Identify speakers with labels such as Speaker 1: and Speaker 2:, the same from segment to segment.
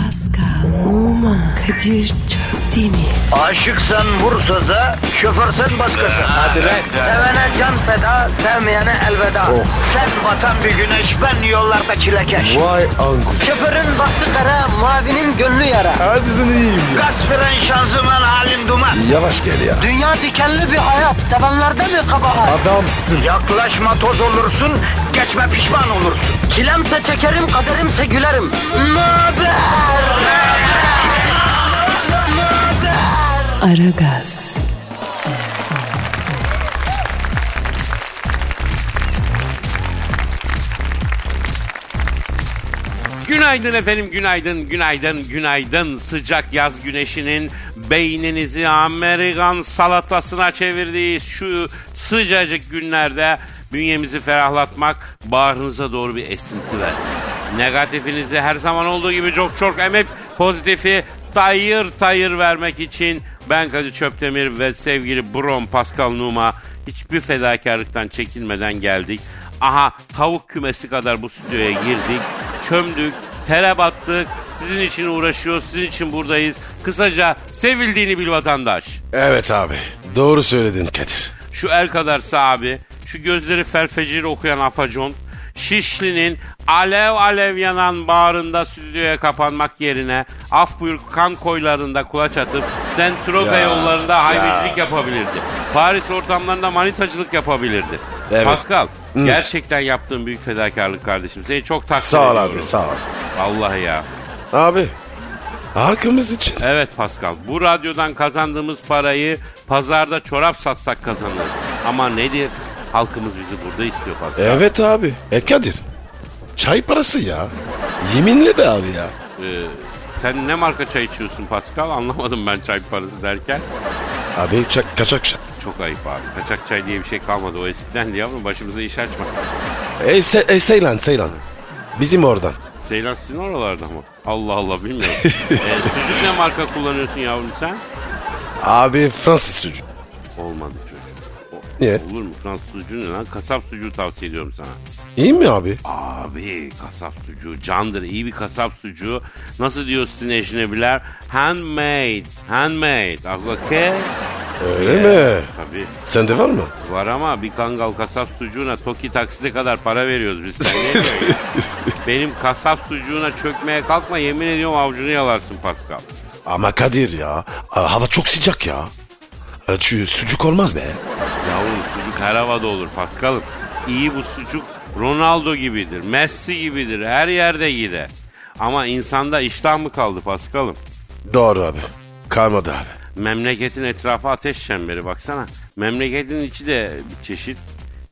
Speaker 1: Pascal, Oman, Kadir çok değil mi?
Speaker 2: Aşıksan vursa da şoförsen başkasın. Hadi
Speaker 3: lan.
Speaker 2: Sevene can feda, sevmeyene elveda. Sen batan bir güneş, ben yollarda çilekeş.
Speaker 4: Vay anku.
Speaker 2: Şoförün baktı kara, mavinin gönlü yara.
Speaker 4: Hadi sen iyiyim ya.
Speaker 2: Kasperen şanzıman halin duman.
Speaker 4: Yavaş gel ya.
Speaker 2: Dünya dikenli bir hayat, sevenlerde mi kabahar?
Speaker 4: Adamsın.
Speaker 2: Yaklaşma toz olursun, geçme pişman olursun. Çilemse çekerim, kaderimse gülerim. Möber!
Speaker 1: Aragaz,
Speaker 3: Günaydın efendim, günaydın, günaydın, günaydın. Sıcak yaz güneşinin beyninizi Amerikan salatasına çevirdiği şu sıcacık günlerde bünyemizi ferahlatmak, bağrınıza doğru bir esinti ver. Negatifinizi her zaman olduğu gibi çok çok emip pozitifi tayır tayır vermek için ben Kadir Çöptemir ve sevgili Brom Pascal Numa hiçbir fedakarlıktan çekinmeden geldik. Aha tavuk kümesi kadar bu stüdyoya girdik, çömdük, tere battık. Sizin için uğraşıyoruz, sizin için buradayız. Kısaca sevildiğini bil vatandaş.
Speaker 4: Evet abi. Doğru söyledin Kadir.
Speaker 3: Şu el kadar abi, şu gözleri felfecir okuyan apacon, Şişli'nin alev alev yanan bağrında stüdyoya kapanmak yerine af buyur kan koylarında kulaç atıp Sentrope
Speaker 4: Ya,
Speaker 3: yollarında haymecilik yapabilirdi. Paris ortamlarında manitacılık yapabilirdi.
Speaker 4: Evet.
Speaker 3: Pascal gerçekten yaptığın büyük fedakarlık kardeşim. Seni çok takdir
Speaker 4: Sağ ol
Speaker 3: ediyorum.
Speaker 4: abi sağ ol.
Speaker 3: Vallahi ya.
Speaker 4: Abi. Halkımız için.
Speaker 3: Evet Pascal. Bu radyodan kazandığımız parayı pazarda çorap satsak kazanırız. Ama nedir? Halkımız bizi burada istiyor Pascal.
Speaker 4: Evet abi. E Kadir. Çay parası ya. Yeminle be abi ya.
Speaker 3: Ee, sen ne marka çay içiyorsun Pascal? Anlamadım ben çay parası derken.
Speaker 4: Abi ça- kaçak şa-
Speaker 3: Çok ayıp abi. Kaçak çay diye bir şey kalmadı. O eskidendi yavrum. Başımıza iş açma.
Speaker 4: E, Se- e, Seylan Seylan. Bizim oradan.
Speaker 3: Seylan sizin oralarda mı? Allah Allah bilmiyorum. ee, sucuk ne marka kullanıyorsun yavrum sen?
Speaker 4: Abi Fransız sucuk.
Speaker 3: Olmadı çocuk. O-
Speaker 4: Niye?
Speaker 3: Olur mu? Fransız sucuğu ne lan? Kasap sucuğu tavsiye ediyorum sana.
Speaker 4: İyi mi abi?
Speaker 3: Abi kasap sucuğu candır. iyi bir kasap sucuğu. Nasıl diyor sizin ecnebiler? Handmade. Handmade. Agoke.
Speaker 4: Öyle mi?
Speaker 3: Tabii.
Speaker 4: Sende var mı?
Speaker 3: Var ama bir kangal kasap sucuğuna toki takside kadar para veriyoruz biz. Sen ne diyorsun ya? Benim kasap sucuğuna çökmeye kalkma yemin ediyorum avcunu yalarsın Pascal.
Speaker 4: Ama Kadir ya. a, Hava çok sıcak ya. E, Şu sucuk olmaz be.
Speaker 3: Yavrum sucuk her havada olur Pascal'ım. İyi bu sucuk Ronaldo gibidir, Messi gibidir, her yerde gider. Ama insanda iştah mı kaldı Pascal'ım?
Speaker 4: Doğru abi. Kalmadı abi.
Speaker 3: Memleketin etrafı ateş çemberi baksana. Memleketin içi de bir çeşit.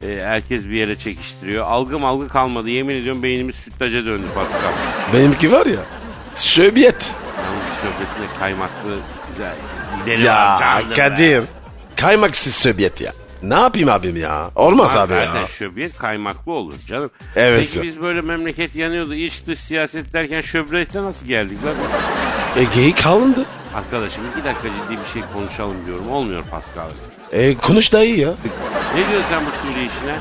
Speaker 3: Ee, herkes bir yere çekiştiriyor. Algı malgı kalmadı. Yemin ediyorum beynimiz sütlaca döndü Pascal.
Speaker 4: Benimki var ya. Şöbiyet.
Speaker 3: Yalnız şöbetinde kaymaklı güzel. Gideri var,
Speaker 4: Ya
Speaker 3: canlı be.
Speaker 4: Kadir. Kaymaksız şöbiyet ya. Ne yapayım abim ya? Olmaz abi
Speaker 3: Zaten
Speaker 4: ya.
Speaker 3: şöbiyet kaymaklı olur canım.
Speaker 4: Evet.
Speaker 3: Peki biz böyle memleket yanıyordu. İç dış siyaset derken şöbiyete nasıl geldik lan?
Speaker 4: E geyik kalındı.
Speaker 3: Arkadaşım iki dakika ciddi bir şey konuşalım diyorum. Olmuyor Pascal.
Speaker 4: E konuş daha iyi ya.
Speaker 3: Ne diyorsun sen bu Suriye işine?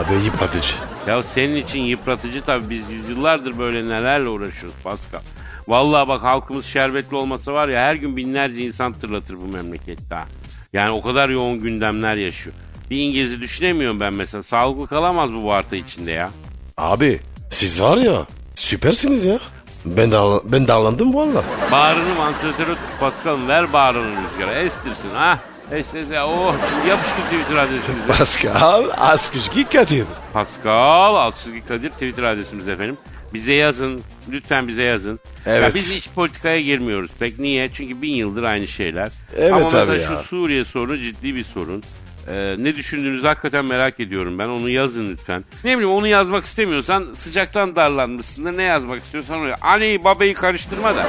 Speaker 4: Abi yıpratıcı.
Speaker 3: Ya senin için yıpratıcı tabii biz yüzyıllardır böyle nelerle uğraşıyoruz Pascal. Vallahi bak halkımız şerbetli olmasa var ya her gün binlerce insan tırlatır bu memlekette ha. Yani o kadar yoğun gündemler yaşıyor. Bir İngiliz'i düşünemiyorum ben mesela. Sağlıklı kalamaz bu varta içinde ya.
Speaker 4: Abi siz var ya süpersiniz ya. Ben dal ben dallandım valla.
Speaker 3: Bağrını vantilatörü tut Pascal'ım ver bağrını rüzgara. Estirsin ha. Es es ya. Oh şimdi yapıştır Twitter adresimizi.
Speaker 4: Pascal Askışki Kadir.
Speaker 3: Pascal Altçizgi Kadir Twitter adresimiz efendim. Bize yazın. Lütfen bize yazın.
Speaker 4: Evet.
Speaker 3: Ya biz iç politikaya girmiyoruz. Pek niye? Çünkü bin yıldır aynı şeyler.
Speaker 4: Evet
Speaker 3: Ama mesela
Speaker 4: abi
Speaker 3: şu
Speaker 4: ya.
Speaker 3: Suriye sorunu ciddi bir sorun. Ee, ne düşündüğünüzü hakikaten merak ediyorum ben. Onu yazın lütfen. Ne bileyim onu yazmak istemiyorsan sıcaktan darlanmışsındır. Ne yazmak istiyorsan onu yaz. Anneyi babayı karıştırma da.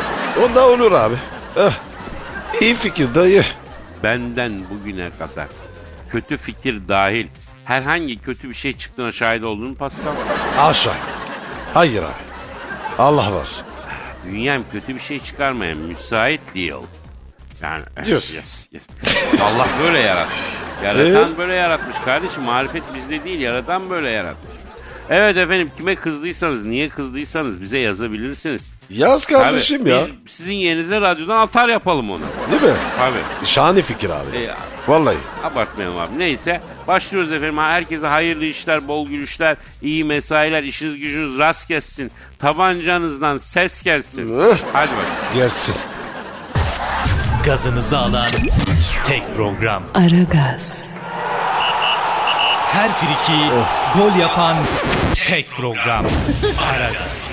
Speaker 4: O da olur abi. Eh, iyi fikir dayı.
Speaker 3: benden bugüne kadar kötü fikir dahil herhangi kötü bir şey çıktığına şahit olduğunu Pascal.
Speaker 4: Aşağı. Hayır abi. Allah var.
Speaker 3: Dünyam kötü bir şey çıkarmaya müsait değil. Yani eh,
Speaker 4: Diyorsun.
Speaker 3: yes, yes. Allah böyle yaratmış.
Speaker 4: Ee?
Speaker 3: Yaratan böyle yaratmış kardeşim. Marifet bizde değil, yaratan böyle yaratmış. Evet efendim kime kızdıysanız, niye kızdıysanız bize yazabilirsiniz.
Speaker 4: Yaz kardeşim
Speaker 3: Tabii,
Speaker 4: ya.
Speaker 3: Biz sizin yerinize radyodan altar yapalım onu.
Speaker 4: Değil mi?
Speaker 3: Tabii.
Speaker 4: Şahane fikir abi.
Speaker 3: E,
Speaker 4: Vallahi.
Speaker 3: Abartmayalım abi. Neyse başlıyoruz efendim. Herkese hayırlı işler, bol gülüşler, iyi mesailer, işiniz gücünüz rast kessin. Tabancanızdan ses gelsin.
Speaker 4: Üh.
Speaker 3: Hadi bakalım.
Speaker 4: Gelsin.
Speaker 5: Gazınızı alan tek program.
Speaker 1: Aragaz,
Speaker 5: Her friki gol yapan tek program. Aragaz.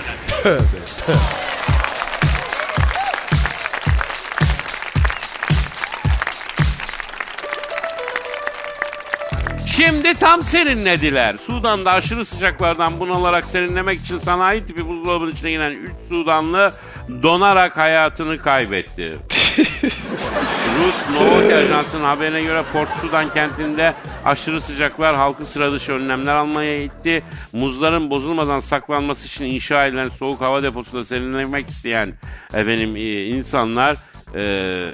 Speaker 3: Şimdi tam serinlediler. Sudan'da aşırı sıcaklardan bunalarak serinlemek için sanayi tipi buzdolabının içine giren 3 Sudanlı donarak hayatını kaybetti. Rus Novosti Ajansı'nın haberine göre Port Sudan kentinde aşırı sıcaklar halkı sıra dışı önlemler almaya itti. Muzların bozulmadan saklanması için inşa edilen soğuk hava deposunda serinlemek isteyen efendim e, insanlar e,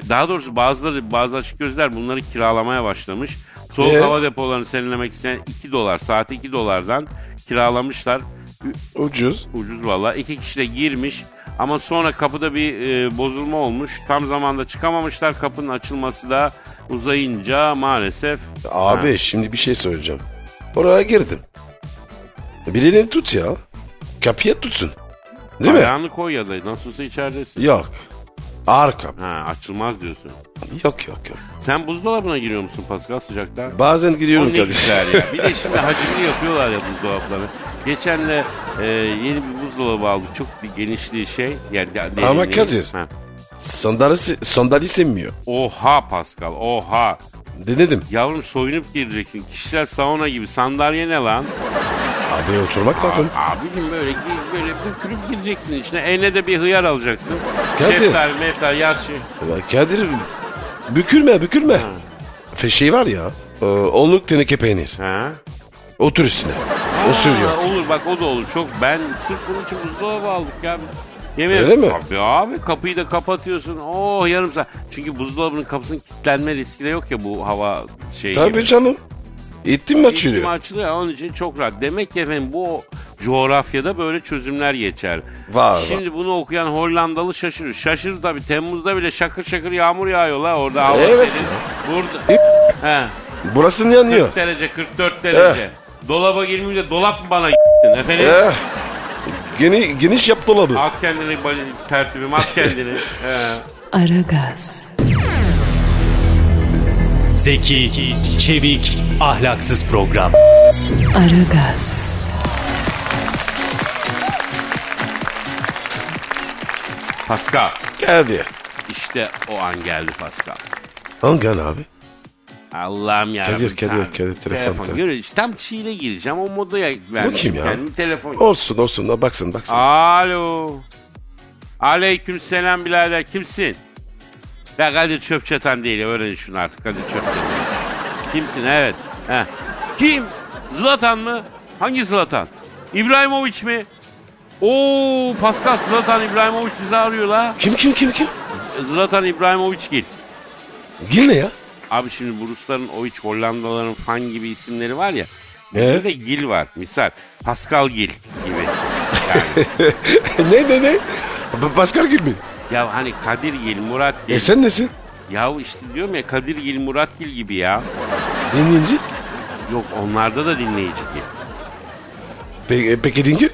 Speaker 3: daha doğrusu bazıları bazı açık gözler bunları kiralamaya başlamış. Soğuk
Speaker 4: Ee?
Speaker 3: hava depolarını serinlemek isteyen 2 dolar saat 2 dolardan kiralamışlar. Ü-
Speaker 4: Ucuz.
Speaker 3: Ucuz valla. İki kişi de girmiş ama sonra kapıda bir e, bozulma olmuş. Tam zamanda çıkamamışlar. Kapının açılması da uzayınca maalesef.
Speaker 4: Abi şimdi bir şey söyleyeceğim. Oraya girdim. Birini tut ya. Kapıya tutsun. Değil mi?
Speaker 3: Ayağını koy ya da nasılsa içeridesin.
Speaker 4: Yok. Arka.
Speaker 3: Ha açılmaz diyorsun.
Speaker 4: Yok yok yok.
Speaker 3: Sen buzdolabına giriyor musun Pascal sıcakta?
Speaker 4: Bazen
Speaker 3: O
Speaker 4: giriyorum
Speaker 3: ne
Speaker 4: kardeşim.
Speaker 3: güzel ya. Bir de şimdi hacimli yapıyorlar ya buzdolapları. Geçen de e, yeni bir buzdolabı aldık. Çok bir genişliği şey. Yani derinliği.
Speaker 4: Ama Kadir.
Speaker 3: Ha.
Speaker 4: Sandalye, sandalye sevmiyor.
Speaker 3: Oha Pascal oha.
Speaker 4: Denedim.
Speaker 3: Yavrum soyunup gireceksin. Kişiler sauna gibi. Sandalye ne lan?
Speaker 4: Abi oturmak lazım.
Speaker 3: Abicim böyle gi- böyle bükülüp gireceksin içine. Eline de bir hıyar alacaksın.
Speaker 4: Kadir.
Speaker 3: Şeftal, meftal, yaş şey.
Speaker 4: Ya Kadir bükülme bükülme. Feşeği var ya. e, Onluk teneke peynir.
Speaker 3: Ha?
Speaker 4: Otur üstüne. O
Speaker 3: Aa,
Speaker 4: sürüyor.
Speaker 3: Olur bak o da olur. Çok ben sırf bunun için buzdolabı aldık ya. Yemin
Speaker 4: Öyle mi?
Speaker 3: Abi, abi kapıyı da kapatıyorsun. Oh yarım saat. Çünkü buzdolabının kapısının kilitlenme riski de yok ya bu hava şey. gibi.
Speaker 4: Tabii canım. İttim mi
Speaker 3: İhtimal
Speaker 4: açılıyor?
Speaker 3: açılıyor. Onun için çok rahat. Demek ki efendim bu coğrafyada böyle çözümler geçer.
Speaker 4: Var, var.
Speaker 3: Şimdi bunu okuyan Hollandalı şaşırır. Şaşırır tabii. Temmuz'da bile şakır şakır yağmur yağıyor la orada. Hava
Speaker 4: Evet
Speaker 3: serin. Burada. He.
Speaker 4: Burası yanıyor.
Speaker 3: 40 derece 44 derece. Dolaba girmeyince dolap mı bana gittin efendim?
Speaker 4: Eh. Geni, geniş yap dolabı.
Speaker 3: At kendini bal- tertibim at kendini. He.
Speaker 1: Aragaz,
Speaker 5: Zeki, çevik, ahlaksız program.
Speaker 1: Aragaz,
Speaker 3: Pascal.
Speaker 4: Hadi.
Speaker 3: İşte o an geldi Pascal.
Speaker 4: Hangi abi?
Speaker 3: Allah'ım ya.
Speaker 4: Kadir, Kadir, Kadir, telefon, telefon.
Speaker 3: Görüyor, işte tam çiğne gireceğim o modaya verdim.
Speaker 4: kim ya?
Speaker 3: Kendimi telefon.
Speaker 4: Olsun olsun. da Baksın baksın.
Speaker 3: Alo. Aleyküm selam birader kimsin? Ya Kadir Çöpçatan değil öğrenin şunu artık Kadir Çöpçatan. kimsin evet. Heh. Kim? Zlatan mı? Hangi Zlatan? İbrahimovic mi? Oo Pascal Zlatan İbrahimovic bizi arıyor la.
Speaker 4: Kim kim kim kim?
Speaker 3: Zlatan İbrahimovic gel.
Speaker 4: Gil ne ya?
Speaker 3: Abi şimdi bu Rusların, o iç Hollandaların fan gibi isimleri var ya.
Speaker 4: Ee?
Speaker 3: Bizde de Gil var. Misal Pascal Gil gibi. Yani,
Speaker 4: ne ne ne? B- Baskar Gil mi?
Speaker 3: ya hani Kadir Gil, Murat Gil.
Speaker 4: E sen nesin?
Speaker 3: Ya işte diyorum ya Kadir Gil, Murat Gil gibi ya.
Speaker 4: Dinleyici.
Speaker 3: Yok onlarda da dinleyici Gil.
Speaker 4: Pe e, peki dingi?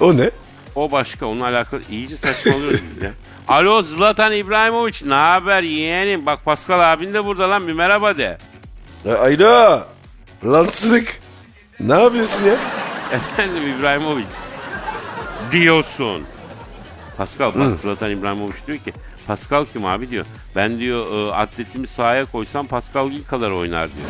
Speaker 4: O ne?
Speaker 3: O başka onunla alakalı iyice saçmalıyoruz biz ya. Alo Zlatan İbrahimovic ne haber yeğenim? Bak Pascal abin de burada lan bir merhaba de.
Speaker 4: E, Ayla. Lan sırık. Ne yapıyorsun ya?
Speaker 3: Efendim İbrahimovic diyorsun. Pascal bak Zlatan İbrahimovic diyor ki Pascal kim abi diyor. Ben diyor e, atletimi sahaya koysam Pascal Gil kadar oynar diyor.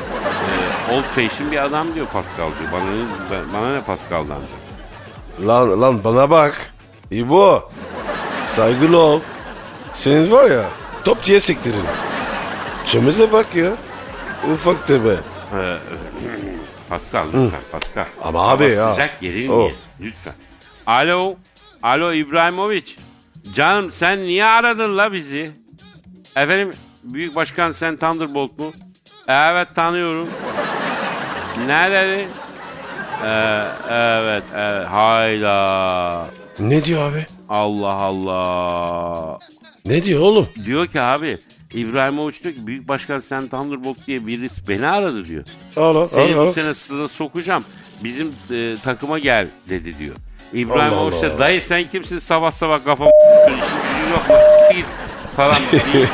Speaker 3: E, old fashion bir adam diyor Pascal diyor. Bana ne, ben- bana ne Pascal'dan diyor.
Speaker 4: Lan lan bana bak. İbo. Saygılı ol. Senin var ya top diye siktirin. Çömeze bak ya. Ufak be.
Speaker 3: E, Pascal lütfen Pascal.
Speaker 4: Ama abi ya.
Speaker 3: Sıcak yerin
Speaker 4: Oh.
Speaker 3: mi? Lütfen. Alo. Alo İbrahimovic. Canım sen niye aradın la bizi? Efendim Büyük Başkan sen Thunderbolt mu? Evet tanıyorum. ne dedi? Ee, evet, evet. Hayda.
Speaker 4: Ne diyor abi?
Speaker 3: Allah Allah.
Speaker 4: Ne diyor oğlum?
Speaker 3: Diyor ki abi İbrahimovic diyor ki Büyük Başkan Sen Thunderbolt diye birisi beni aradı diyor.
Speaker 4: Alo,
Speaker 3: Seni
Speaker 4: alo.
Speaker 3: bu sene stada sokacağım. Bizim e, takıma gel dedi diyor. İbrahim
Speaker 4: Allah
Speaker 3: Hoca
Speaker 4: Allah.
Speaker 3: dayı sen kimsin sabah sabah kafam işin gücün yok mu? Git falan deyince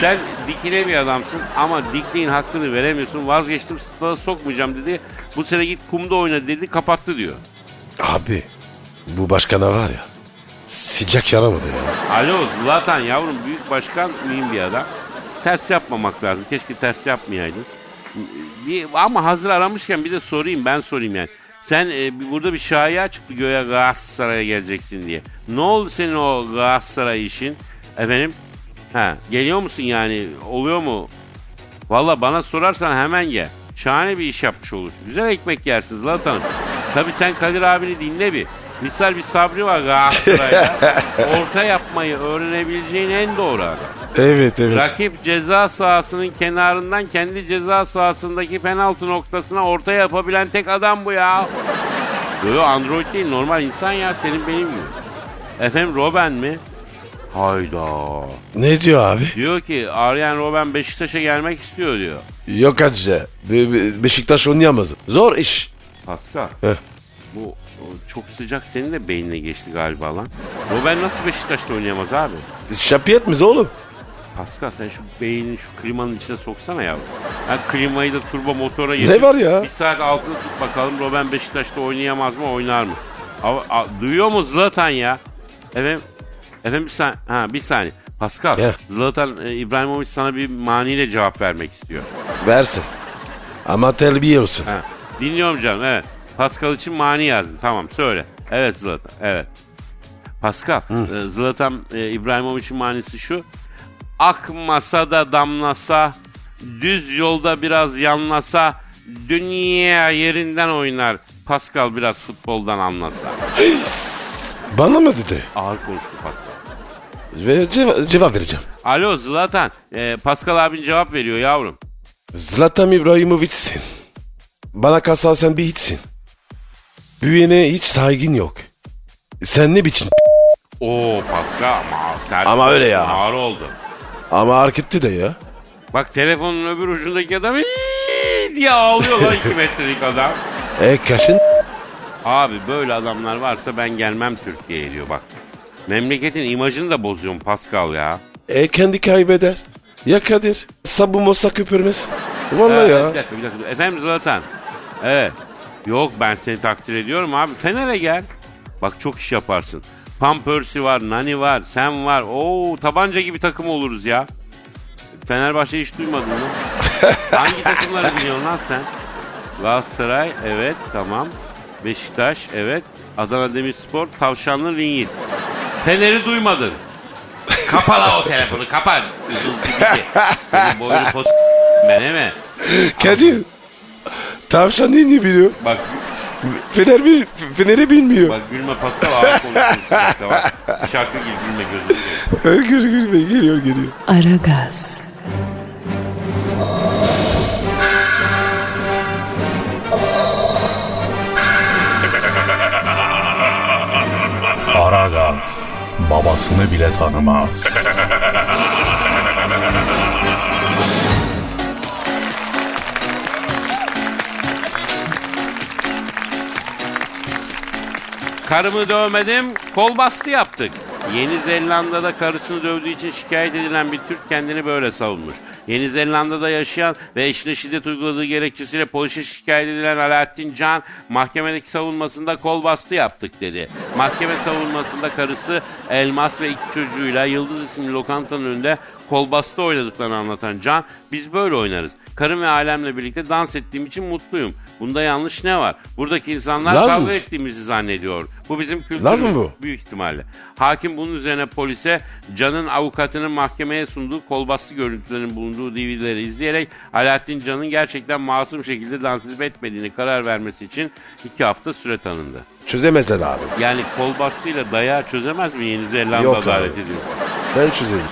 Speaker 3: sen dikine bir adamsın ama dikliğin hakkını veremiyorsun vazgeçtim stada sokmayacağım dedi. Bu sene git kumda oyna dedi kapattı diyor.
Speaker 4: Abi bu başkana var ya sıcak yaramadı ya.
Speaker 3: Alo Zlatan yavrum büyük başkan mühim bir adam. Ters yapmamak lazım. Keşke ters yapmayaydın. Bir- ama hazır aramışken bir de sorayım ben sorayım yani. Sen e, bir- burada bir şaya çıktı göğe Galatasaray'a geleceksin diye. Ne oldu senin o Galatasaray işin? Efendim? Ha, geliyor musun yani? Oluyor mu? Valla bana sorarsan hemen gel. Şahane bir iş yapmış olur. Güzel ekmek yersiniz Zlatan. Tabii sen Kadir abini dinle bir. Misal bir sabri var Galatasaray'da. Orta yapmayı öğrenebileceğin en doğru adam.
Speaker 4: Evet evet.
Speaker 3: Rakip ceza sahasının kenarından kendi ceza sahasındaki penaltı noktasına orta yapabilen tek adam bu ya. Yo android değil normal insan ya senin benim gibi. Efendim Robben mi? Hayda.
Speaker 4: Ne diyor abi?
Speaker 3: Diyor ki Aryan Robben Beşiktaş'a gelmek istiyor diyor.
Speaker 4: Yok acı. Be- Be- Beşiktaş oynayamaz. Zor iş.
Speaker 3: Pascal.
Speaker 4: Heh.
Speaker 3: Bu o, çok sıcak senin de beynine geçti galiba lan. Robben nasıl Beşiktaş'ta oynayamaz abi?
Speaker 4: Şapiyet miyiz oğlum?
Speaker 3: Pascal sen şu beynini şu klimanın içine soksana ya. Ha klimayı da turbo motora getir.
Speaker 4: Ne var ya?
Speaker 3: Bir saat altını tut bakalım Robben Beşiktaş'ta oynayamaz mı oynar mı? A- a- duyuyor mu Zlatan ya? Efendim, efendim bir saniye. Ha bir saniye. Pascal,
Speaker 4: Ya.
Speaker 3: Zlatan e, İbrahimovic sana bir maniyle cevap vermek istiyor.
Speaker 4: Versin. Ama terbiye olsun.
Speaker 3: Ha, dinliyorum canım evet. Pascal için mani yazdım. Tamam söyle. Evet Zlatan. Evet. Pascal. e, Zlatan e, İbrahimovic'in manisi şu. Akmasa da damlasa, düz yolda biraz yanlasa, dünya yerinden oynar. Pascal biraz futboldan anlasa.
Speaker 4: Bana mı dedi?
Speaker 3: Ağır konuştu Pascal.
Speaker 4: Ve ceva- cevap vereceğim.
Speaker 3: Alo Zlatan. E, Pascal abin cevap veriyor yavrum.
Speaker 4: Zlatan İbrahimovic'sin. Bana kalsan sen bir hiçsin. Büyüğüne hiç saygın yok. Sen ne biçim?
Speaker 3: Oo Pascal ama sert
Speaker 4: Ama öyle ya.
Speaker 3: Ağır oldu.
Speaker 4: Ama hak etti de ya.
Speaker 3: Bak telefonun öbür ucundaki adam "İyi!" diye ağlıyor lan 2 metrelik adam.
Speaker 4: E kaşın
Speaker 3: Abi böyle adamlar varsa ben gelmem Türkiye'ye diyor bak. Memleketin imajını da bozuyorsun Pascal ya.
Speaker 4: e kendi kaybeder. Ya Kadir sabun olsa köpürmez.
Speaker 3: Ee,
Speaker 4: Vallahi
Speaker 3: Bir
Speaker 4: ya.
Speaker 3: dakika bir dakika. Efendim zaten. Evet. Yok ben seni takdir ediyorum abi. Fener'e gel. Bak çok iş yaparsın. Pampersi var, Nani var, sen var. Oo tabanca gibi takım oluruz ya. Fenerbahçe hiç duymadın mı? Hangi takımları biliyorsun lan sen? Galatasaray evet tamam. Beşiktaş evet. Adana Demirspor, Tavşanlı Ringit. Fener'i duymadın. Kapa lan o telefonu kapat. Üzüldü gitti. Senin boynu pos... Ben mi?
Speaker 4: Kadir. Tavşan iyi ne biliyor?
Speaker 3: Bak
Speaker 4: Fener bir, Fener'i bilmiyor.
Speaker 3: bak gülme Pascal ağır konuşuyorsun sürekli bak. Şarkı gibi gülme gözünü. seveyim.
Speaker 4: Gül gül Bey geliyor geliyor.
Speaker 1: Aragaz,
Speaker 6: Aragaz babasını bile tanımaz.
Speaker 3: Karımı dövmedim, kol bastı yaptık. Yeni Zelanda'da karısını dövdüğü için şikayet edilen bir Türk kendini böyle savunmuş. Yeni Zelanda'da yaşayan ve eşine şiddet uyguladığı gerekçesiyle polise şikayet edilen Alaaddin Can mahkemedeki savunmasında kol bastı yaptık dedi. Mahkeme savunmasında karısı Elmas ve iki çocuğuyla Yıldız isimli lokantanın önünde kol bastı oynadıklarını anlatan Can biz böyle oynarız. Karım ve ailemle birlikte dans ettiğim için mutluyum. Bunda yanlış ne var? Buradaki insanlar
Speaker 4: Yanlış.
Speaker 3: kavga ettiğimizi zannediyor. Bu bizim kültürümüz.
Speaker 4: Lazım bu.
Speaker 3: Büyük ihtimalle. Hakim bunun üzerine polise Can'ın avukatının mahkemeye sunduğu kolbastı görüntülerin bulunduğu DVD'leri izleyerek Alaaddin Can'ın gerçekten masum şekilde dans edip etmediğini karar vermesi için iki hafta süre tanındı.
Speaker 4: Çözemezler abi.
Speaker 3: Yani kolbastıyla dayağı çözemez mi Yeni Zelanda
Speaker 4: Yok abi.
Speaker 3: adalet ediyor?
Speaker 4: Ben çözerim.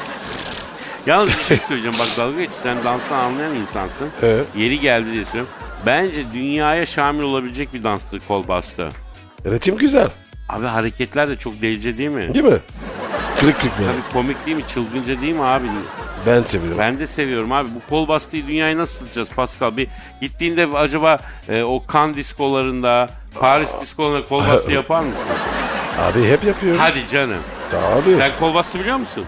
Speaker 3: Yalnız bir şey söyleyeceğim bak dalga geç sen danstan anlayan insansın.
Speaker 4: Evet.
Speaker 3: Yeri geldi diye söylüyorum. Bence dünyaya şamil olabilecek bir danstı kolbastı.
Speaker 4: Ritim güzel.
Speaker 3: Abi hareketler de çok delice değil mi?
Speaker 4: Değil mi? Kırık kırık böyle.
Speaker 3: Tabii komik değil mi? Çılgınca değil mi abi?
Speaker 4: Ben seviyorum.
Speaker 3: Ben de seviyorum abi. Bu kol bastığı dünyayı nasıl tutacağız Pascal? Bir gittiğinde acaba e, o kan diskolarında, Paris diskolarında kol bastı yapar mısın?
Speaker 4: Abi hep yapıyorum.
Speaker 3: Hadi canım.
Speaker 4: Tabii.
Speaker 3: Sen kol bastı biliyor musun?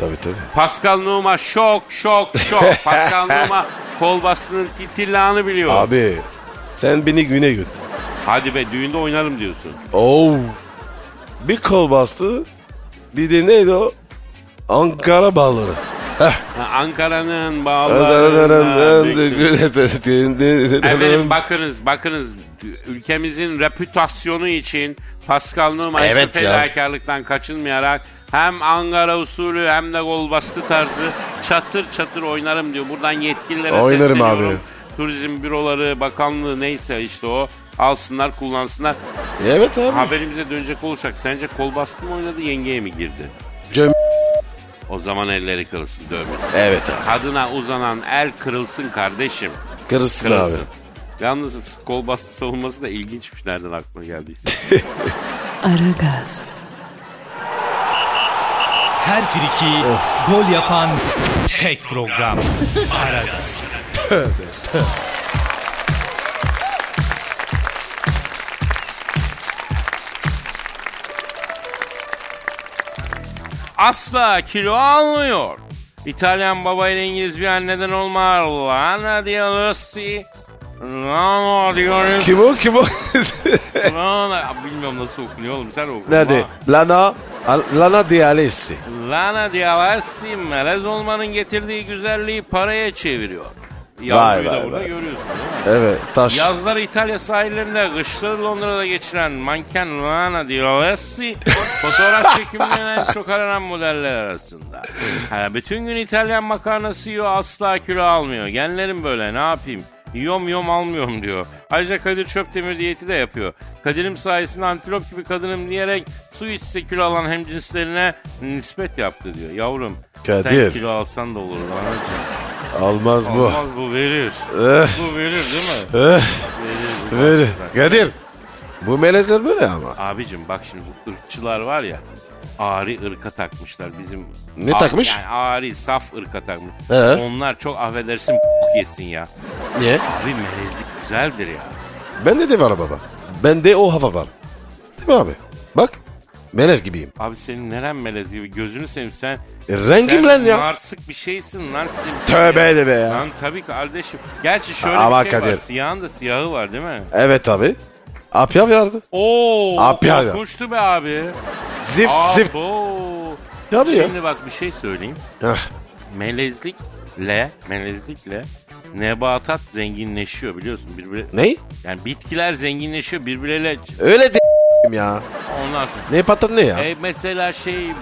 Speaker 4: Tabii tabii.
Speaker 3: Pascal Numa şok şok şok. Pascal Numa kol bastının titillahını biliyor.
Speaker 4: Abi sen beni güne gün.
Speaker 3: Hadi be düğünde oynarım diyorsun.
Speaker 4: Oo. Bir kol bastı. Bir de neydi o? Ankara balları.
Speaker 3: Ha, Ankara'nın bağlarında. Efendim bakınız bakınız ülkemizin reputasyonu için Pascal Numa hiçbir
Speaker 4: Evet ya.
Speaker 3: fedakarlıktan kaçınmayarak hem Ankara usulü hem de gol bastı tarzı çatır çatır oynarım diyor. Buradan yetkililere
Speaker 4: Oynarım
Speaker 3: sesleniyorum.
Speaker 4: abi.
Speaker 3: Turizm büroları, bakanlığı neyse işte o alsınlar kullansınlar.
Speaker 4: evet abi.
Speaker 3: Haberimize dönecek olursak sence kol bastı mı oynadı yengeye mi girdi?
Speaker 4: Cem-
Speaker 3: O zaman elleri kırılsın dövmesin.
Speaker 4: Evet abi.
Speaker 3: Kadına uzanan el kırılsın kardeşim.
Speaker 4: Kırılsın abi.
Speaker 3: Kırılsın. Yalnız kol bastı savunması da ilginçmiş nereden aklına geldiyse.
Speaker 1: Aragaz,
Speaker 5: Her friki gol yapan tek program. Aragaz.
Speaker 3: Asla kilo almıyor. İtalyan babayla İngiliz bir anneden olma. Lana diyorsi. Lana diyoruz.
Speaker 4: Kim o kim o?
Speaker 3: Lana. Bilmiyorum nasıl okunuyor oğlum sen oku.
Speaker 4: Nerede? Lana. Al- Lana Dialesi.
Speaker 3: Lana Diavassi melez olmanın getirdiği güzelliği paraya çeviriyor. Yavruyu
Speaker 4: Vay,
Speaker 3: da
Speaker 4: vay,
Speaker 3: burada
Speaker 4: vay.
Speaker 3: görüyorsun.
Speaker 4: Evet taş.
Speaker 3: Yazları İtalya sahillerinde, kışları Londra'da geçiren manken Lana Diavassi fotoğraf çekiminden en çok aranan modeller arasında. Ha, bütün gün İtalyan makarnası yiyor asla kilo almıyor. Genlerim böyle ne yapayım? Yom yom almıyorum diyor. Ayrıca Kadir Çöpdemir diyeti de yapıyor. Kadir'im sayesinde antilop gibi kadınım diyerek su içse kilo alan hemcinslerine nispet yaptı diyor. Yavrum sen
Speaker 4: Kadir.
Speaker 3: kilo alsan da olur anacığım.
Speaker 4: Almaz bu.
Speaker 3: Olmaz bu verir.
Speaker 4: Eh,
Speaker 3: Bu verir değil mi?
Speaker 4: eh,
Speaker 3: Verir.
Speaker 4: Böyle. Kadir. Bu melezler böyle ama.
Speaker 3: Abicim bak şimdi bu ırkçılar var ya ari ırka takmışlar bizim.
Speaker 4: Ne
Speaker 3: Ah-
Speaker 4: takmış?
Speaker 3: Yani ari saf ırka takmış.
Speaker 4: He.
Speaker 3: Onlar çok affedersin yesin ya.
Speaker 4: Niye?
Speaker 3: Abi melezlik güzeldir ya.
Speaker 4: Bende de var baba. Bende o hava var. Değil mi abi? Bak. Melez gibiyim.
Speaker 3: Abi senin neren melez gibi gözünü seveyim sen.
Speaker 4: E, rengim
Speaker 3: sen
Speaker 4: lan ya.
Speaker 3: Narsık bir şeysin lan. sen-
Speaker 4: Tövbe de be ya.
Speaker 3: Lan tabii kardeşim. Gerçi şöyle
Speaker 4: Ama
Speaker 3: bir şey var.
Speaker 4: Kadir.
Speaker 3: Siyahın da siyahı var değil mi?
Speaker 4: Evet abi. Apya vardı.
Speaker 3: Oo.
Speaker 4: Abi ya.
Speaker 3: korkmuştu be abi.
Speaker 4: Zift zift.
Speaker 3: Abo.
Speaker 4: Tabii ya.
Speaker 3: Şimdi bak bir şey söyleyeyim.
Speaker 4: Hah,
Speaker 3: melezlikle melezlikle nebatat zenginleşiyor biliyorsun birbirine.
Speaker 4: ne?
Speaker 3: Yani bitkiler zenginleşiyor birbirleriyle.
Speaker 4: Öyle de ya.
Speaker 3: Ondan sonra
Speaker 4: Ne patat ne ya?
Speaker 3: e, mesela şey e,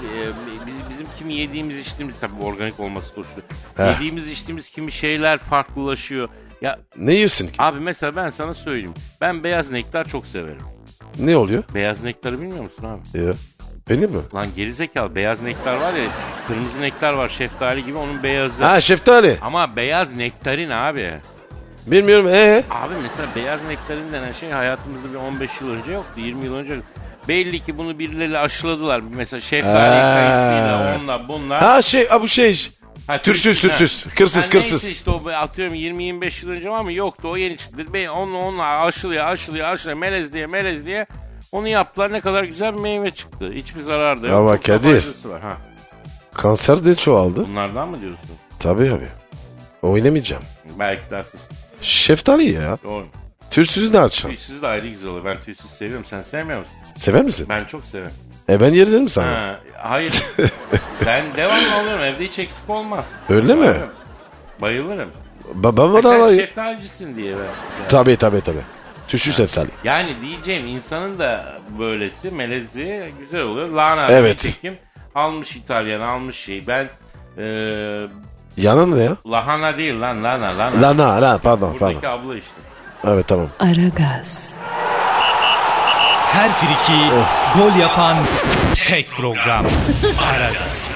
Speaker 3: biz- bizim kimi yediğimiz içtiğimiz tabii organik olması koşulu.
Speaker 4: Heh.
Speaker 3: Yediğimiz içtiğimiz kimi şeyler farklılaşıyor. Ya
Speaker 4: Ne yiyorsun ki?
Speaker 3: abi mesela ben sana söyleyeyim. Ben beyaz nektar çok severim.
Speaker 4: Ne oluyor?
Speaker 3: Beyaz nektarı bilmiyor musun abi?
Speaker 4: Ya. Benim mi?
Speaker 3: Lan gerizekalı beyaz nektar var ya kırmızı nektar var şeftali gibi onun beyazı.
Speaker 4: Ha şeftali.
Speaker 3: Ama beyaz nektarin abi.
Speaker 4: Bilmiyorum ee.
Speaker 3: Abi mesela beyaz nektarin denen şey hayatımızda bir 15 yıl önce yoktu. 20 yıl önce yoktu. Belli ki bunu birileriyle aşıladılar. Mesela şeftali
Speaker 4: Ha.
Speaker 3: kayısıyla onunla bunlar.
Speaker 4: Ha şey ha bu şey.
Speaker 3: Ha,
Speaker 4: Türsüz
Speaker 3: Türkçe-
Speaker 4: türsüz.
Speaker 3: Ha,
Speaker 4: Kırsız
Speaker 3: Neyse
Speaker 4: kırsız.
Speaker 3: işte o be- atıyorum 20-25 yıl önce var mı yoktu o yeni çıktı. Ben onunla onunla aşılıyor aşılıyor aşılıyor melez diye melez diye. Onu yaptılar ne kadar güzel bir meyve çıktı. Hiçbir zararı da yok.
Speaker 4: Ama
Speaker 3: Çok da
Speaker 4: Kadir.
Speaker 3: faydası Var. Ha,
Speaker 4: Kanser de çoğaldı.
Speaker 3: bunlardan mı diyorsun?
Speaker 4: Tabii abi. Oynamayacağım.
Speaker 3: Belki de haklısın.
Speaker 4: Şeftali ya.
Speaker 3: Doğru.
Speaker 4: Türsüzü ne açacaksın?
Speaker 3: Tüysüz de ayrı güzel olur. Ben tüysüz seviyorum. Sen sevmiyor musun?
Speaker 4: Sever misin?
Speaker 3: Ben çok severim.
Speaker 4: E ben yerim mi sana?
Speaker 3: Ha, hayır. ben devamlı alıyorum. Evde hiç eksik olmaz.
Speaker 4: Öyle mi?
Speaker 3: Bayılırım. Bayılırım.
Speaker 4: Babama da
Speaker 3: E, Sen şey-
Speaker 4: alayım.
Speaker 3: şeftalcisin diye ben.
Speaker 4: Tabii tabii tabii. Türsüz şeftali.
Speaker 3: Yani diyeceğim insanın da böylesi melezi güzel oluyor. Lana
Speaker 4: Evet.
Speaker 3: nitekim almış İtalyan almış şey. Ben e,
Speaker 4: Yanan ne ya?
Speaker 3: lahana değil lan lana lana.
Speaker 4: Lana, lana pardon
Speaker 3: Buradaki
Speaker 4: pardon.
Speaker 3: abla işte.
Speaker 4: Evet tamam.
Speaker 1: Aragaz,
Speaker 5: Her friki gol yapan tek program. Aragaz.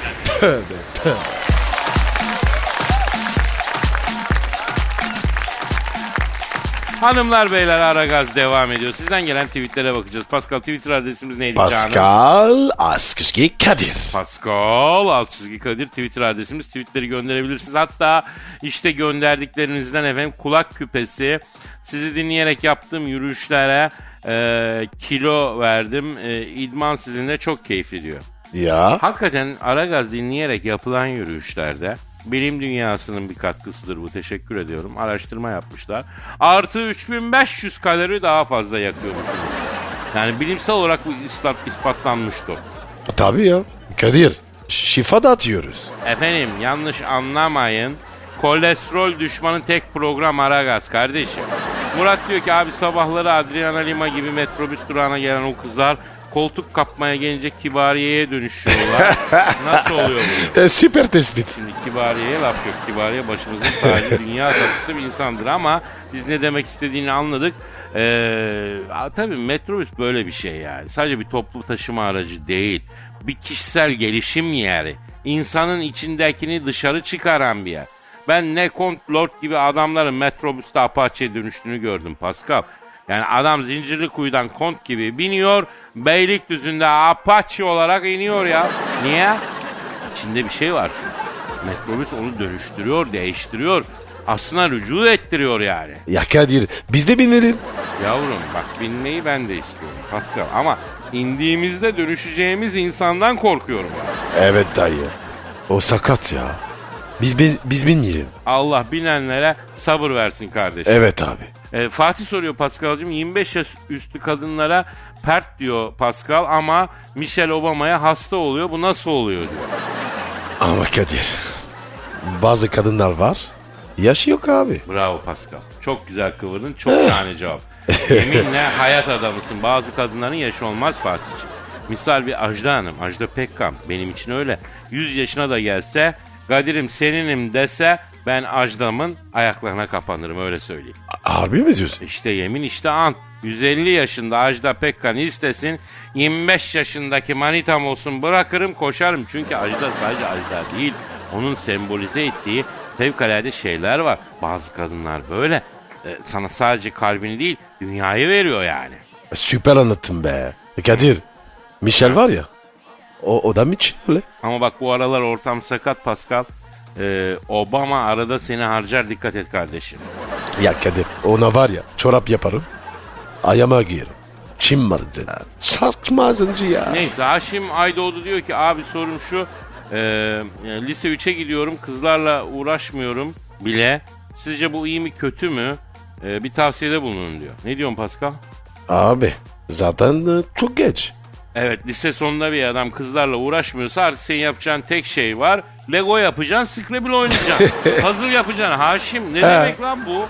Speaker 3: Hanımlar beyler Aragaz devam ediyor. Sizden gelen tweetlere bakacağız. Pascal Twitter adresimiz neydi canım?
Speaker 4: Pascal Askışki Kadir.
Speaker 3: Pascal Altçizgi Kadir Twitter adresimiz. Tweetleri gönderebilirsiniz. Hatta işte gönderdiklerinizden efendim kulak küpesi. Sizi dinleyerek yaptığım yürüyüşlere e, kilo verdim. E, idman sizinle çok keyifli diyor.
Speaker 4: Ya.
Speaker 3: Hakikaten Aragaz dinleyerek yapılan yürüyüşlerde bilim dünyasının bir katkısıdır bu. Teşekkür ediyorum. Araştırma yapmışlar. Artı 3500 kalori daha fazla yakıyormuşsunuz. Yani bilimsel olarak bu ispat, ispatlanmıştı.
Speaker 4: Tabii ya. Kadir. Şifa da atıyoruz.
Speaker 3: Efendim yanlış anlamayın. Kolesterol düşmanı tek program Aragaz kardeşim. Murat diyor ki abi sabahları Adriana Lima gibi metrobüs durağına gelen o kızlar koltuk kapmaya gelince kibariyeye dönüşüyorlar. Nasıl oluyor bu?
Speaker 4: E, süper tespit.
Speaker 3: Şimdi kibariyeye laf yok. Kibariye başımızın tacı dünya tatlısı bir insandır ama biz ne demek istediğini anladık. Ee, a- tabii metrobüs böyle bir şey yani. Sadece bir toplu taşıma aracı değil. Bir kişisel gelişim yeri. İnsanın içindekini dışarı çıkaran bir yer. Ben ne Kont Lord gibi adamların metrobüste Apache'ye dönüştüğünü gördüm Pascal. Yani adam zincirli kuyudan Kont gibi biniyor, Beylikdüzü'nde Apache olarak iniyor ya. Niye? İçinde bir şey var çünkü. Metrobüs onu dönüştürüyor, değiştiriyor. Aslına rücu ettiriyor yani.
Speaker 4: Ya Kadir biz de binelim.
Speaker 3: Yavrum bak binmeyi ben de istiyorum Pascal ama indiğimizde dönüşeceğimiz insandan korkuyorum. ben.
Speaker 4: Evet dayı. O sakat ya. Biz biz, biz binmeyelim.
Speaker 3: Allah binenlere sabır versin kardeşim.
Speaker 4: Evet abi.
Speaker 3: Ee, Fatih soruyor Pascal'cığım 25 yaş üstü kadınlara pert diyor Pascal ama Michelle Obama'ya hasta oluyor. Bu nasıl oluyor diyor.
Speaker 4: Ama Kadir. Bazı kadınlar var. Yaşı yok abi.
Speaker 3: Bravo Pascal. Çok güzel kıvırdın. Çok şahane cevap. Yeminle hayat adamısın. Bazı kadınların yaşı olmaz Fatih'ciğim. Misal bir Ajda Hanım, Ajda Pekkan. Benim için öyle. 100 yaşına da gelse, Kadir'im seninim dese ben Ajda'mın ayaklarına kapanırım öyle söyleyeyim.
Speaker 4: Abi mi diyorsun?
Speaker 3: İşte yemin işte ant. 150 yaşında Ajda Pekkan istesin. 25 yaşındaki manitam olsun bırakırım koşarım. Çünkü Ajda sadece Ajda değil. Onun sembolize ettiği fevkalade şeyler var. Bazı kadınlar böyle. Ee, sana sadece kalbini değil dünyayı veriyor yani.
Speaker 4: Süper anlattın be. Kadir. Michel var ya. O, o da Michel.
Speaker 3: Ama bak bu aralar ortam sakat Pascal. Ee, Obama arada seni harcar dikkat et kardeşim.
Speaker 4: Ya Kadir ona var ya çorap yaparım. Ayağıma giyerim. Çin marıncı. Sarkma arıncı ya.
Speaker 3: Neyse Haşim Aydoğdu diyor ki abi sorum şu. e, lise 3'e gidiyorum kızlarla uğraşmıyorum bile. Sizce bu iyi mi kötü mü? E, bir tavsiyede bulunun diyor. Ne diyorsun Pascal?
Speaker 4: Abi zaten e, çok geç.
Speaker 3: Evet lise sonunda bir adam kızlarla uğraşmıyorsa artık senin yapacağın tek şey var. Lego yapacaksın, Scrabble oynayacaksın. Puzzle yapacaksın. Haşim ne demek lan bu?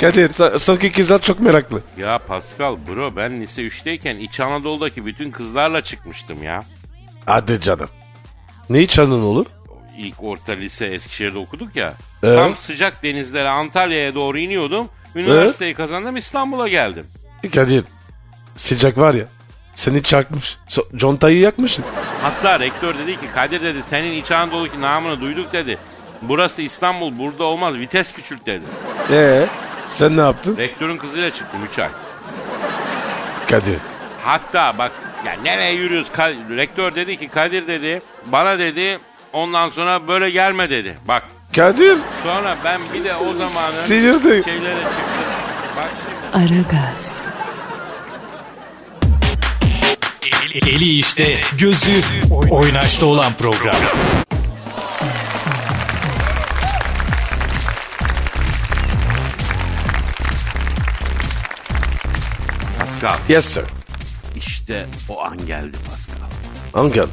Speaker 4: Kadir sa- sanki kızlar çok meraklı.
Speaker 3: Ya Pascal bro ben lise 3'teyken İç Anadolu'daki bütün kızlarla çıkmıştım ya.
Speaker 4: Hadi canım. Ne hiç anın olur?
Speaker 3: ilk orta lise Eskişehir'de okuduk ya.
Speaker 4: Evet.
Speaker 3: Tam sıcak denizlere Antalya'ya doğru iniyordum. Üniversiteyi kazandım İstanbul'a geldim.
Speaker 4: Kadir sıcak var ya seni çakmış. So- contayı yakmışsın.
Speaker 3: Hatta rektör dedi ki Kadir dedi senin İç Anadolu'daki namını duyduk dedi. Burası İstanbul burada olmaz vites küçült dedi.
Speaker 4: Ee sen ne yaptın?
Speaker 3: Rektörün kızıyla çıktım 3 ay.
Speaker 4: Kadir.
Speaker 3: Hatta bak ya nereye yürüyoruz? Ka- rektör dedi ki Kadir dedi bana dedi ondan sonra böyle gelme dedi. Bak
Speaker 4: Kadir
Speaker 3: sonra ben bir de o zamanın
Speaker 4: Sinirdi.
Speaker 3: şeylere çıktım. Bak şimdi.
Speaker 1: Aragaz,
Speaker 5: Eli, eli işte, gözü oynaşta olan program.
Speaker 3: Pascal
Speaker 4: yes sir.
Speaker 3: işte o an geldi Pascal.
Speaker 4: Uncle.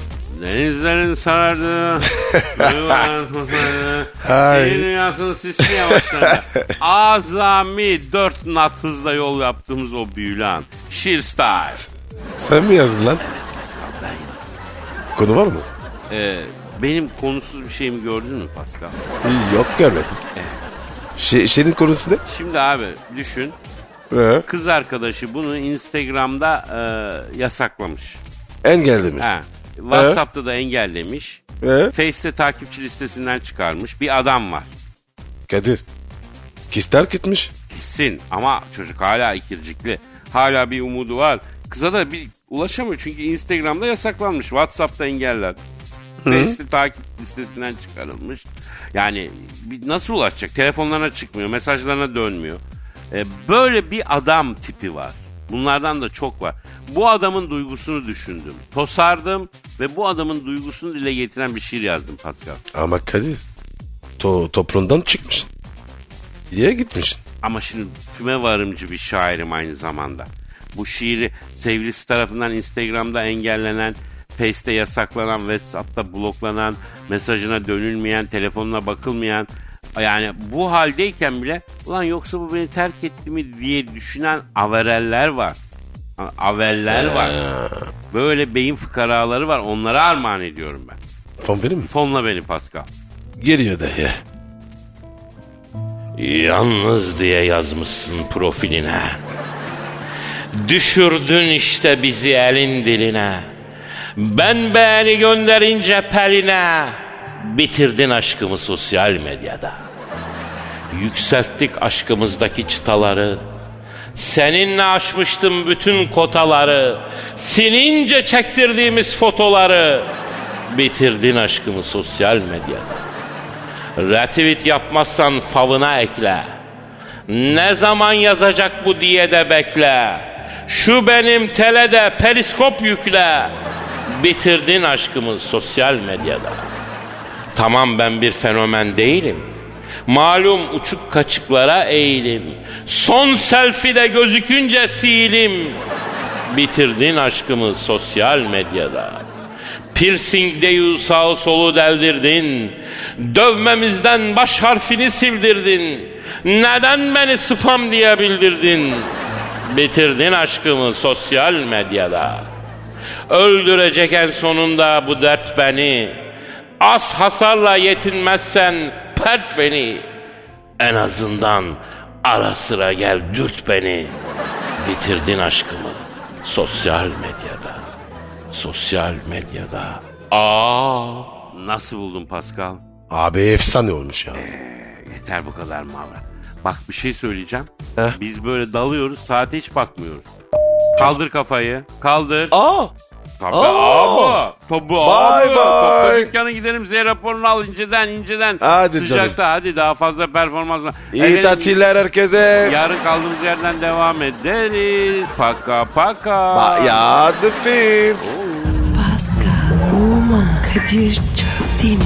Speaker 3: Denizlerin sarardığı, duyguların tutmadığı,
Speaker 4: Ay.
Speaker 3: şehir dünyasının sisli yavaşlarına azami dört nat hızla yol yaptığımız o büyülü an. Sheer style.
Speaker 4: Sen mi yazdın lan?
Speaker 3: Pascal ben yazdım.
Speaker 4: Konu var mı?
Speaker 3: Ee, benim konusuz bir şeyimi gördün mü Pascal?
Speaker 4: Yok görmedim. Şey, şeyin konusu ne?
Speaker 3: Şimdi abi düşün.
Speaker 4: Ee,
Speaker 3: Kız arkadaşı bunu Instagram'da e, yasaklamış.
Speaker 4: engelli mi?
Speaker 3: Ha. WhatsApp'ta da engellemiş.
Speaker 4: Ee?
Speaker 3: Face'te takipçi listesinden çıkarmış bir adam var.
Speaker 4: Kadir. Kız terk etmiş.
Speaker 3: gitsin. Ama çocuk hala ikircikli. Hala bir umudu var. Kıza da bir ulaşamıyor çünkü Instagram'da yasaklanmış. WhatsApp'ta engeller. Testi takip listesinden çıkarılmış. Yani bir- nasıl ulaşacak? Telefonlarına çıkmıyor, mesajlarına dönmüyor. E, böyle bir adam tipi var. Bunlardan da çok var. Bu adamın duygusunu düşündüm. Tosardım ve bu adamın duygusunu dile getiren bir şiir yazdım Pascal.
Speaker 4: Ama Kadir to toplumdan çıkmışsın. Niye gitmişsin?
Speaker 3: Ama şimdi tüme varımcı bir şairim aynı zamanda. Bu şiiri sevgilisi tarafından Instagram'da engellenen, Face'te yasaklanan, WhatsApp'ta bloklanan, mesajına dönülmeyen, telefonuna bakılmayan, yani bu haldeyken bile ulan yoksa bu beni terk etti mi diye düşünen avereller var. A- Aveller var. Böyle beyin fıkaraları var. Onlara armağan ediyorum ben.
Speaker 4: Pomperi mi?
Speaker 3: Fonla beni Pascal.
Speaker 4: Geliyor dayı.
Speaker 2: Yalnız diye yazmışsın profiline. Düşürdün işte bizi elin diline. Ben beğeni gönderince peline. Bitirdin aşkımı sosyal medyada. Yükselttik aşkımızdaki çıtaları. Seninle aşmıştım bütün kotaları. Sinince çektirdiğimiz fotoları. Bitirdin aşkımı sosyal medyada. Retweet yapmazsan favına ekle. Ne zaman yazacak bu diye de bekle. Şu benim telede periskop yükle. Bitirdin aşkımı sosyal medyada. Tamam ben bir fenomen değilim. Malum uçuk kaçıklara eğilim. Son selfie'de gözükünce silim. Bitirdin aşkımı sosyal medyada. Piercing deyu sağ solu deldirdin. Dövmemizden baş harfini sildirdin. Neden beni spam diye bildirdin? Bitirdin aşkımı sosyal medyada. Öldürecek en sonunda bu dert beni. Az hasarla yetinmezsen pert beni. En azından ara sıra gel dürt beni. Bitirdin aşkımı sosyal medyada. Sosyal medyada. Aa.
Speaker 3: Nasıl buldun Pascal?
Speaker 4: Abi efsane olmuş ya.
Speaker 3: Yeter bu kadar Mavra. Bak bir şey söyleyeceğim.
Speaker 4: Heh.
Speaker 3: Biz böyle dalıyoruz saate hiç bakmıyoruz. Kaldır kafayı. Kaldır.
Speaker 4: Aa!
Speaker 3: Tabii
Speaker 4: Aa!
Speaker 3: abi. Tabii
Speaker 4: Bay
Speaker 3: abi.
Speaker 4: bay.
Speaker 3: Topla dükkanı gidelim Z raporunu al inceden inceden.
Speaker 4: Hadi
Speaker 3: Sıcakta hadi daha fazla performansla.
Speaker 4: İyi
Speaker 3: Efendim,
Speaker 4: tatiller herkese.
Speaker 3: Yarın kaldığımız yerden devam ederiz. Paka paka.
Speaker 4: Ba- ya the film.
Speaker 1: Pascal, Oman, Kadir çok değil mi?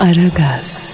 Speaker 1: Aragaz.